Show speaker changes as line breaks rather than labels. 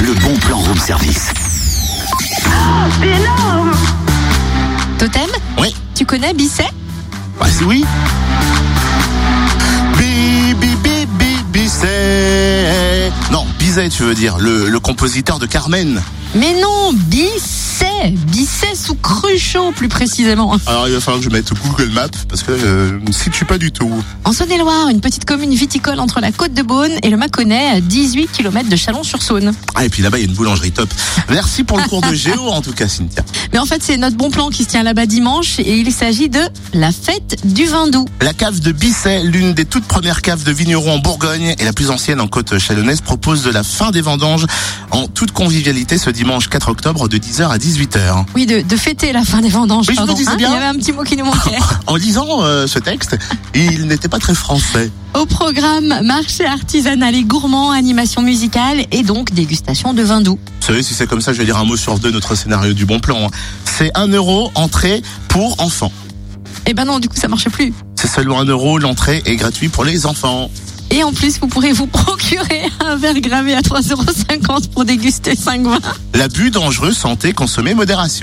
le bon plan room service.
Oh, c'est énorme
Totem
Oui.
Tu connais Bisset
Bah c'est oui. Bi bi bi bi Bizet. Non, Bizet tu veux dire, le, le compositeur de Carmen.
Mais non, Bisset Bisset sous Cruchot, plus précisément.
Alors il va falloir que je mette Google Maps parce que euh, je ne situe pas du tout.
En Saône-et-Loire, une petite commune viticole entre la côte de Beaune et le Mâconnais, à 18 km de Chalon-sur-Saône.
Ah et puis là-bas il y a une boulangerie top. Merci pour le cours de géo en tout cas Cynthia.
Mais en fait, c'est notre bon plan qui se tient là-bas dimanche et il s'agit de la fête du vin doux.
La cave de Bisset, l'une des toutes premières caves de vignerons en Bourgogne et la plus ancienne en côte chalonnaise, propose de la fin des vendanges en toute convivialité ce dimanche 4 octobre de 10h à 18h.
Oui, de, de fêter la fin des vendanges.
Oui, je vous
pardon,
disais
hein,
bien.
Il y avait un petit mot qui nous manquait.
En lisant euh, ce texte, il n'était pas très français.
Au programme, marché artisanal et gourmand, animation musicale et donc dégustation de vin doux.
Vous savez, si c'est comme ça, je vais lire un mot sur deux notre scénario du bon plan. hein. C'est 1 euro entrée pour enfants.
Eh ben non, du coup, ça marche plus.
C'est seulement 1 euro, l'entrée est gratuite pour les enfants.
Et en plus, vous pourrez vous procurer un verre gravé à 3,50€ pour déguster 5 vins.
L'abus dangereux, santé, consommer, modération.